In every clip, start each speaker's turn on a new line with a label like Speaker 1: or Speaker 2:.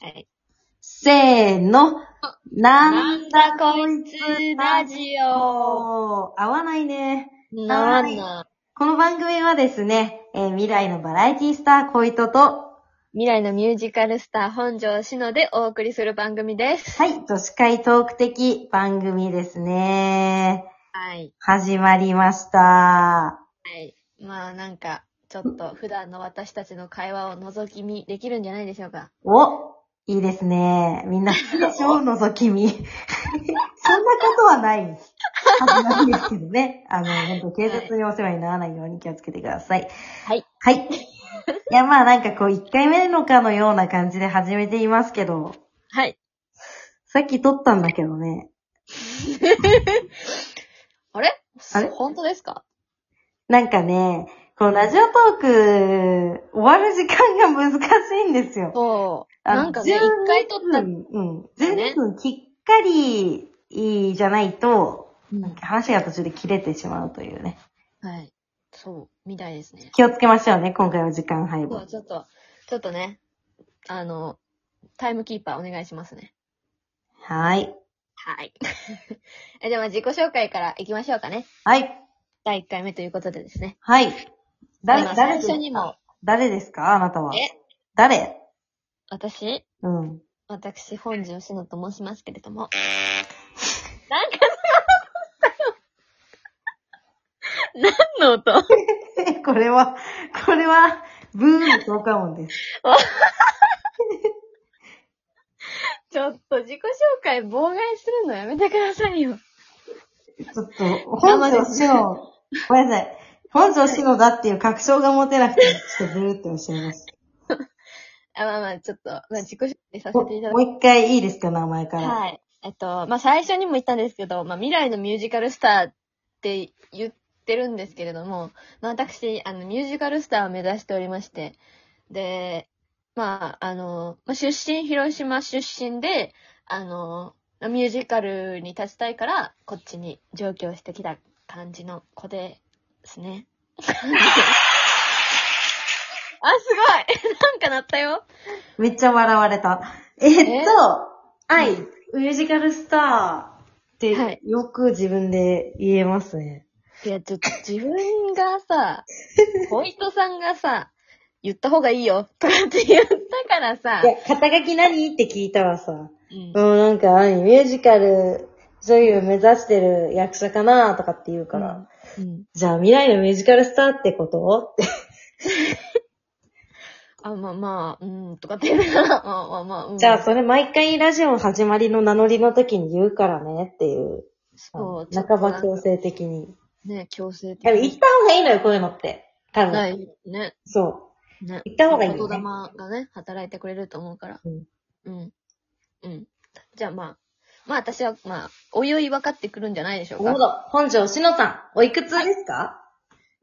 Speaker 1: はい。
Speaker 2: せーの。なんだこ
Speaker 1: こ
Speaker 2: い
Speaker 1: い
Speaker 2: つ
Speaker 1: つ
Speaker 2: ラ
Speaker 1: ラ
Speaker 2: ジ
Speaker 1: ジオ
Speaker 2: オ。合わないね。
Speaker 1: なんな
Speaker 2: この番組はですね、えー未来のバラエティスター小糸と、は
Speaker 1: 未来のミュージカルスター本庄しのでお送りする番組です。
Speaker 2: い、女子会トーク的番組ですね。
Speaker 1: はい。
Speaker 2: 始まりました。
Speaker 1: はい。まあなんか、ちょっと普段の私たちの会話を覗き見できるんじゃないでしょうか。
Speaker 2: おいいですね。みんな、超覗き見。そん なことはないはずなんですけどね。あの、本当警察にお世話にならないように気をつけてください。
Speaker 1: はい。
Speaker 2: はい。いや、まあなんかこう、1回目のかのような感じで始めていますけど、
Speaker 1: はい。
Speaker 2: さっき撮ったんだけどね。
Speaker 1: あれ
Speaker 2: あれ
Speaker 1: 本当ですか
Speaker 2: なんかね、こう、ラジオトーク、終わる時間が難しいんですよ。
Speaker 1: そう。
Speaker 2: あの
Speaker 1: なんかね、一
Speaker 2: 12
Speaker 1: 回撮った。
Speaker 2: 分うん。
Speaker 1: ね
Speaker 2: 全分きっかりじゃないと、
Speaker 1: うん
Speaker 2: 話が途中で切れてしまうというね。
Speaker 1: はい。そう、みたいですね。
Speaker 2: 気をつけましょうね、今回は時間配
Speaker 1: そう、
Speaker 2: 分。
Speaker 1: ちょっと、ちょっとね、あの、タイムキーパーお願いしますね。
Speaker 2: はい。
Speaker 1: はい。 えでは自己紹介からいきましょうかね。
Speaker 2: はい。
Speaker 1: 第1回目ということでですね。
Speaker 2: はい。誰
Speaker 1: まあ、
Speaker 2: 誰
Speaker 1: 最
Speaker 2: です
Speaker 1: 初にも
Speaker 2: か、誰ですかあなたは。
Speaker 1: え
Speaker 2: 誰
Speaker 1: 私、
Speaker 2: うん。
Speaker 1: 私、本庄しのと申しますけれど も。なんかその音何の音
Speaker 2: これは、これは、ブーの効果音です。
Speaker 1: ちょっと自己紹介妨害するのやめてくださいよ。
Speaker 2: ちょっと、本庄志の、ごめんなさい。本庄志のだっていう確証が持てなくて、ちょっとブーっておっしゃいます。
Speaker 1: あ、まあまあ、ちょっと、まあ、自己紹介さ
Speaker 2: も
Speaker 1: せていただき
Speaker 2: う一回いいですか名前か
Speaker 1: ます。
Speaker 2: ら。
Speaker 1: はい。えっと、まあ最初にも言ったんですけど、まあ未来のミュージカルスターって言ってるんですけれども、まあ私、あの、ミュージカルスターを目指しておりまして、で、まあ、あの、まあ、出身、広島出身で、あの、まあミュージカルに立ちたいから、こっちに上京してきた感じの子で すね。あ、すごい なんか鳴ったよ
Speaker 2: めっちゃ笑われた。えっと、はい、ミュージカルスターって、
Speaker 1: はい
Speaker 2: よく自分で言えますね。
Speaker 1: いや、ちょっと自分が さ、ホイトさんがさ、言った方がいいよ、とかって言ったからさ
Speaker 2: い、や、肩書き何って聞いたらさ、
Speaker 1: うん
Speaker 2: うん、なんか何、ミュージカル女優目指してる役者かなとかって言うから、
Speaker 1: うん
Speaker 2: じゃあ未来のミュージカルスターってことって。
Speaker 1: あ、まあまあ、うん、とかって言うから、 まあまあまあ、うん。
Speaker 2: じゃあそれ毎回ラジオ始まりの名乗りの時に言うからねっていう、
Speaker 1: そう、ちょっと
Speaker 2: 半ば強制的に。
Speaker 1: ね、強制的
Speaker 2: でも言った方がいいのよ、こういうのって。多分。
Speaker 1: ない、ね、
Speaker 2: そう。
Speaker 1: ね。
Speaker 2: 言った方がいいよね
Speaker 1: 言霊がね、働いてくれると思うから。
Speaker 2: うん
Speaker 1: うん。うん。じゃあまあ、まあ私は、まあ、おいおい分かってくるんじゃないでしょうか。
Speaker 2: ど、本庄しのさん、おいくつですか、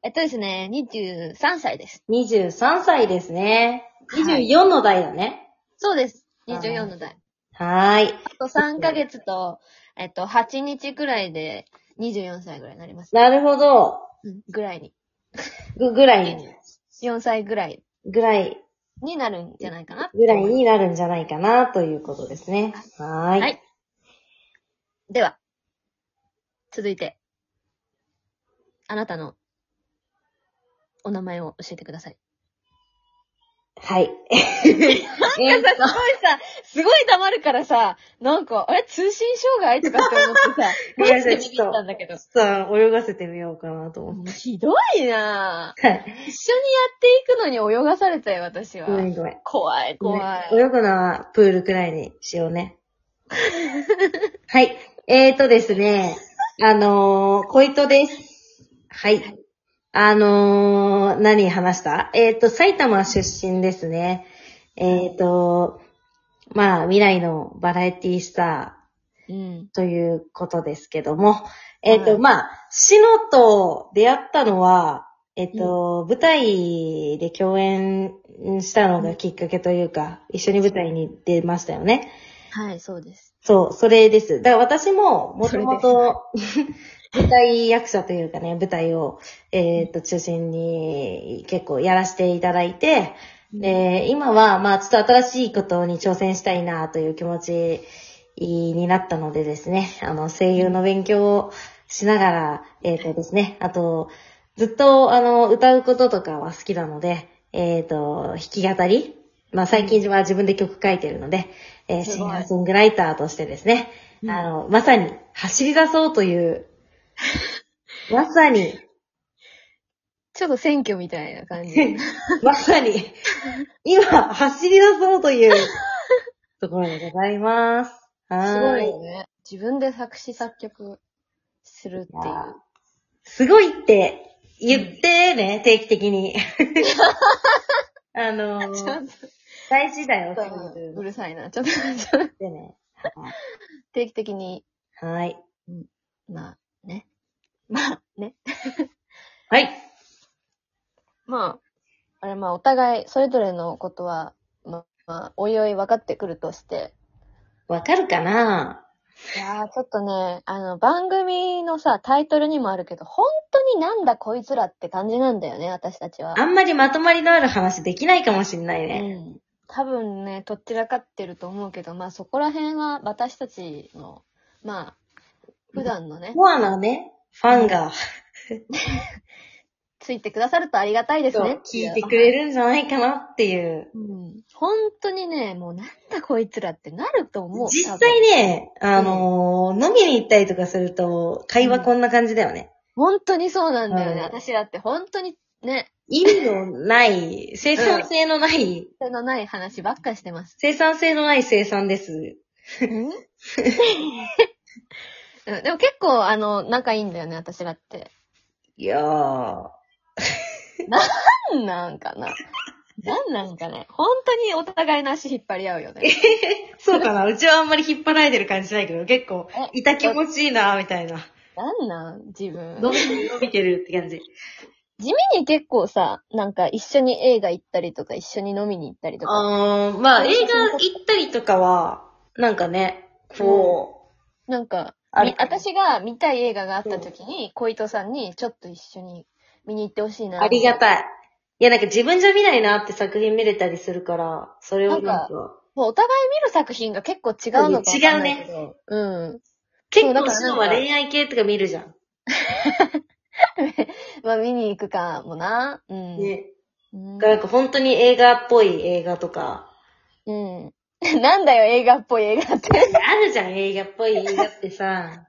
Speaker 1: えっとですね、23歳です。
Speaker 2: ?23 歳ですね。
Speaker 1: はい
Speaker 2: 24の代だね。
Speaker 1: そうです。24の代。
Speaker 2: はーい。
Speaker 1: あと3ヶ月と、えっと、8日くらいで24歳ぐらいになります。
Speaker 2: なるほど。
Speaker 1: うんぐらいに。
Speaker 2: ぐ、ぐらいに、
Speaker 1: 4歳ぐらい
Speaker 2: ぐらい、
Speaker 1: になるんじゃないかな。
Speaker 2: ぐらいになるんじゃないかな、ということですね。はーい。
Speaker 1: はいでは、続いて、あなたのお名前を教えてください。
Speaker 2: はい。
Speaker 1: いや
Speaker 2: え
Speaker 1: さ、すごいさ、すごい黙るからさ、なんか、あれ通信障害とかって思ってさ、
Speaker 2: いや
Speaker 1: マジでビビったんだけど。
Speaker 2: さあ、泳がせてみようかなと思っ
Speaker 1: もうひどいなぁ。
Speaker 2: て。はい。
Speaker 1: 一緒にやっていくのに泳がされたよ、私は。
Speaker 2: ごめんごめん。
Speaker 1: 怖い、怖い。
Speaker 2: 泳ぐのはプールくらいにしよう ね。はい。えーとですね、あのー、小糸です。はい。あのー、何話したえーと、埼玉出身ですね。えーと、まあ、未来のバラエティスタ
Speaker 1: うん。
Speaker 2: ーということですけども、えーと、
Speaker 1: はい
Speaker 2: まあ、シノと出会ったのは、えっ、と、舞台で共演したのがきっかけというか、一緒に舞台に出ましたよね。
Speaker 1: はい、そうです。
Speaker 2: そう、それです。だから私も、もとも
Speaker 1: そ
Speaker 2: と、舞台役者というかね、舞台を、えっ、と、中心に結構やらせていただいて、で、今は、まあ、ちょっと新しいことに挑戦したいなという気持ちになったのでですね、あの、声優の勉強をしながら、えっ、とですね、あと、ずっと、あの、歌うこととかは好きなので、えっ、と、弾き語りまあ、最近は自分で曲書いてるので、えー
Speaker 1: す
Speaker 2: シ
Speaker 1: ご
Speaker 2: ン
Speaker 1: い
Speaker 2: ガーソングライターとしてですね、
Speaker 1: うん
Speaker 2: あの、まさに走り出そうと いう、まさに、
Speaker 1: ちょっと選挙みたいな感じ。
Speaker 2: まさに、今、走り出そうというところでございます。はー
Speaker 1: すごいよね。自分で作詞作曲するっていう。
Speaker 2: すごいって言ってね、定期的 に。あの
Speaker 1: ちょっ
Speaker 2: ー、大事だよ、そういう
Speaker 1: と、う
Speaker 2: のっ
Speaker 1: るさいな。ちょっと、ちょっと
Speaker 2: てね。
Speaker 1: 定期的に、
Speaker 2: はい。
Speaker 1: まあね。まあね。
Speaker 2: はい。
Speaker 1: まあ、あれまあお互いそれぞれのことは、まあ、まあ、おいおい分かってくるとして。
Speaker 2: わかるかない
Speaker 1: やーちょっとね、あの番組のさ、タイトルにもあるけど、本当になんだこいつらって感じなんだよね、私たちは。
Speaker 2: あんまりまとまりのある話できないかもしんないうね。
Speaker 1: ん。多分ね、とっちらかってると思うけど、まあそこら辺は私たちの、まあ、普段のね、
Speaker 2: モアのね、ファンが、
Speaker 1: ついてくださるとありがたいです
Speaker 2: そう
Speaker 1: ね。
Speaker 2: 聞いてくれる
Speaker 1: る。
Speaker 2: んじゃないかなっていう。
Speaker 1: うん。本当にね、もうなんだこいつらってなると思う。
Speaker 2: 実
Speaker 1: 多分
Speaker 2: 際ね、あのー飲みに行ったりとかすると、会話こんな感じだよね。
Speaker 1: 本当にそうなんだよ
Speaker 2: う
Speaker 1: ね。
Speaker 2: ん
Speaker 1: 私だって本当にね、
Speaker 2: 意味のない、生産性のない、
Speaker 1: 手のない話ばっかしてます。
Speaker 2: 生産性のない生産です。
Speaker 1: うんでも結構、あの、仲いいんだよね、私らって。
Speaker 2: いやー。
Speaker 1: なんなんかな。なんなんかね。本当にお互いの足引っ張り合うよね。
Speaker 2: そうかな。うちはあんまり引っ張られてる感じないけど、結構
Speaker 1: え、
Speaker 2: いた気持ちいいな、みたいな。
Speaker 1: なんなん自
Speaker 2: 伸
Speaker 1: 分。
Speaker 2: びてる、伸びてるって感じ。
Speaker 1: 地味に結構さ、なんか一緒に映画行ったりとか、一緒に飲みに行ったりとか。
Speaker 2: あー、まあ、映画行ったりとかは、なんかね、こ
Speaker 1: なんか、
Speaker 2: ある、
Speaker 1: み私が見たい映画があった時に、小糸さんにちょっと一緒に見に行ってほしいうな。
Speaker 2: ありがたい。いや、なんか自分じゃ見ないなって作品見れたりするから、それをなんか、
Speaker 1: もうお互い見る作品が結構違うのかわかんないけど。うん。
Speaker 2: 結
Speaker 1: そうだ
Speaker 2: 構
Speaker 1: から
Speaker 2: シ
Speaker 1: なん
Speaker 2: ノ
Speaker 1: か
Speaker 2: は恋愛系とか見るじゃん。
Speaker 1: まあ見に行くかもな。うん。
Speaker 2: ね。
Speaker 1: うん。
Speaker 2: だからなんか本当に映画っぽい映画とか、
Speaker 1: うん、 なんだよ、映画っぽい映画って。
Speaker 2: あるじゃん、映画っぽい映画ってさ。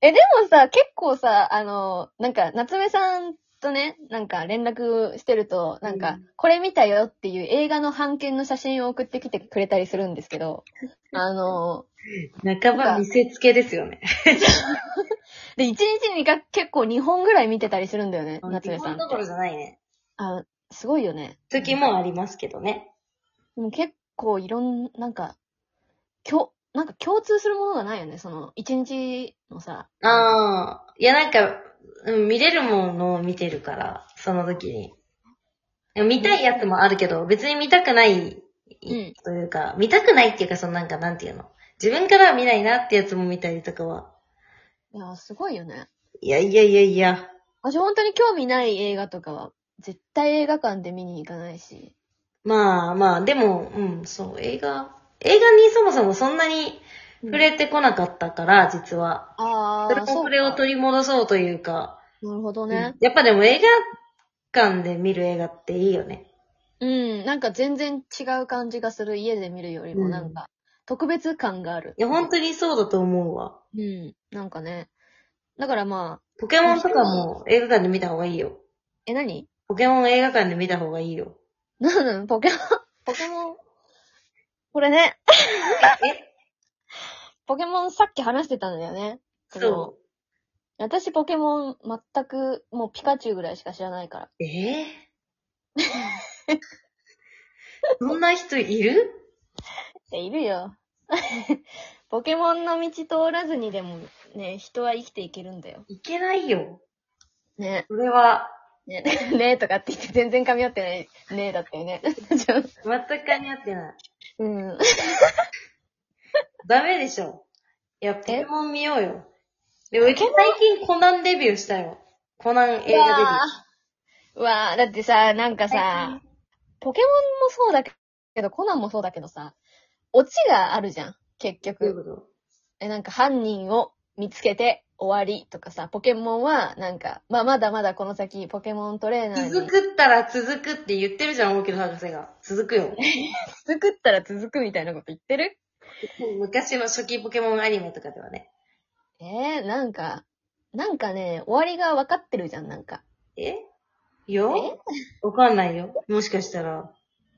Speaker 1: え、でもさ、結構さ、あの、なんか、夏目さんとね、なんか連絡してると、なんか、
Speaker 2: うん
Speaker 1: これ見たよっていう映画の版権の写真を送ってきてくれたりするんです けど、あの、
Speaker 2: 半ば見せつけですよね。
Speaker 1: で、一日にが結構2本ぐらい見てたりするんだよね、夏
Speaker 2: 日
Speaker 1: 目さ
Speaker 2: 本
Speaker 1: ん
Speaker 2: どころ
Speaker 1: って。
Speaker 2: じゃないね。
Speaker 1: あ、すごいよね。
Speaker 2: 時もありますけどね。
Speaker 1: でも結構いろんなんか、きょなんか共通するものがないよね、その、一日のさ。
Speaker 2: ああ、いやなんか、うん、見れるものを見てるから、その時に。でも見たいやつもあるけど、別に見たくない、
Speaker 1: ん
Speaker 2: というか、見たくないっていうか、そのなんか、なんていうの。自分からは見ないなってやつも見たりとかは。
Speaker 1: いや、すごいよね。
Speaker 2: いやいやいやいや。
Speaker 1: 私本当に興味ない映画とかは、絶対映画館で見に行かないし。
Speaker 2: まあまあ、でも、うん、そう、映画。映画にそもそもそんなに触れてこなかったから、実は。
Speaker 1: あ
Speaker 2: それ
Speaker 1: あ、
Speaker 2: も
Speaker 1: そう
Speaker 2: そ
Speaker 1: か
Speaker 2: れを取り戻そうというか。
Speaker 1: なるほどね
Speaker 2: う。んやっぱでも映画館で見る映画っていいよね。
Speaker 1: うん、なんか全然違う感じがする。家で見るより
Speaker 2: う
Speaker 1: も
Speaker 2: ん
Speaker 1: なんか、特別感がある。
Speaker 2: いや、本当にそうだと思うわ。
Speaker 1: うん、なんかね。だからまあ、
Speaker 2: ポケモンとかも映画館で見た方がいいよ。
Speaker 1: え、何
Speaker 2: ポケモン映画館で見た方がいいよ。
Speaker 1: なんなのポケモン、ポケモン、これね、
Speaker 2: え
Speaker 1: ポケモンさっき話してたんだよね。。
Speaker 2: そう
Speaker 1: 私ポケモン全く、もうピカチュウぐらいしか知らないから。
Speaker 2: う。えー、 そんな人いる
Speaker 1: いるよ。 ポケモンの道通らずにでもね、人は生きていけるんだよ。
Speaker 2: いけないよ。
Speaker 1: ね。
Speaker 2: それは、
Speaker 1: ね、 ねとかって言って全然噛み合ってないねだったよね。ちょ
Speaker 2: 全く噛み合ってない。
Speaker 1: うん。
Speaker 2: ダメでしょ。いや、ポケモン見ようよ。でも、最近コナンデビューしたよ。コナン映画デビュー
Speaker 1: うわーうわーだってさ、なんかさ、ポケモンもそうだけど、コナンもそうだけどさ、オチがあるじゃん、結
Speaker 2: どういう
Speaker 1: 局。
Speaker 2: こと
Speaker 1: え、なんか犯人を見つけて終わりとかさ、ポケモンはなんか、まあ、まだまだこの先ポケモントレーナーに
Speaker 2: 続くったら続くって言ってるじゃん、大木野博士が。続くよ。
Speaker 1: 続くったら続くみたいなこと言ってる
Speaker 2: 昔の初期ポケモンアニメとかではね。
Speaker 1: えー、なんか、なんかね、終わりが分かってるじゃん、なんか。
Speaker 2: えよわかんないよ。もしかしたら、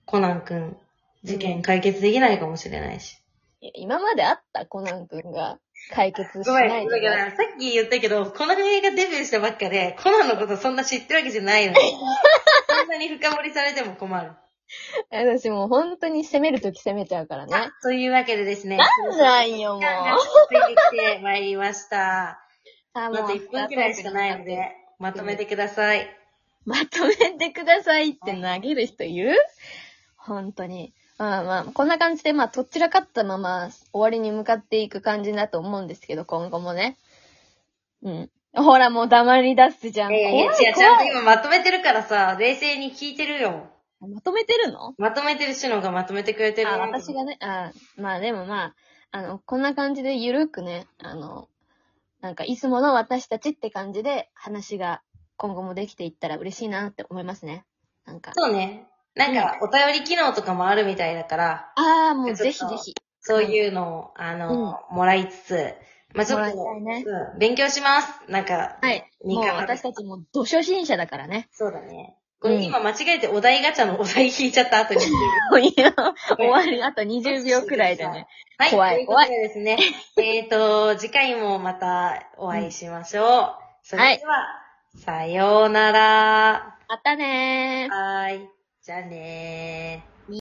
Speaker 2: コナンくん、事件解決できないかもしれないし。
Speaker 1: いや今まであったコナン君が解決し
Speaker 2: ご
Speaker 1: な
Speaker 2: め
Speaker 1: い
Speaker 2: ん、だ
Speaker 1: と
Speaker 2: か
Speaker 1: か。
Speaker 2: ら、さっき言ったけど、この映画デビューしたばっかで、コナンのことそんな知ってるわけじゃないのよ。 そんなに深掘りされても困る。
Speaker 1: 私もう本当に攻めるとき攻めちゃうからね。
Speaker 2: というわけでですね、
Speaker 1: なんなんよ、もう。
Speaker 2: 時間が過ぎてまいりました。
Speaker 1: あ
Speaker 2: あと1分くらいしかないので。、まとめてください。
Speaker 1: まとめてくださいって投げる人いる、本当に。まあまあ、こんな感じで、まあ、とっちらかったまま、終わりに向かっていく感じだと思うんですけど、今後もね。うん。ほら、もう黙り出すじゃん。
Speaker 2: いやいや
Speaker 1: 怖
Speaker 2: いや、
Speaker 1: い
Speaker 2: ちゃん
Speaker 1: 怖
Speaker 2: と
Speaker 1: い。
Speaker 2: 今まとめてるからさ、冷静に聞いてるよ。
Speaker 1: まとめてるの
Speaker 2: まとめてるしのがまとめてくれてる
Speaker 1: あ、
Speaker 2: な
Speaker 1: 私がね、あまあでもまあ、あの、こんな感じでゆるくね、あの、なんか、いつもの私たちって感じで話が今後もできていったら嬉しいなって思いますね。なんか。
Speaker 2: そうね。なんか、お便り機能とかもあるみたいだから、
Speaker 1: ああ、もう
Speaker 2: ちょっ
Speaker 1: ぜひ
Speaker 2: と
Speaker 1: ぜひ。
Speaker 2: そういうのを、あの、もらいつつ、まあちょっと、
Speaker 1: もらいたいね
Speaker 2: うん勉強します。なんか、
Speaker 1: はい。
Speaker 2: 二
Speaker 1: もう
Speaker 2: 回
Speaker 1: 私たちもう土初心者だから ね。
Speaker 2: そうだね。これ
Speaker 1: うん
Speaker 2: 今間違えてお題ガチャのお題引いちゃった 後に。
Speaker 1: いや、終わり、あと20秒くらいでね。
Speaker 2: はい、
Speaker 1: 怖い
Speaker 2: ということでです ね、えっと、次回もまたお会いしましょう。それでは、さようなら。
Speaker 1: またねー。
Speaker 2: はーい。じゃあねー。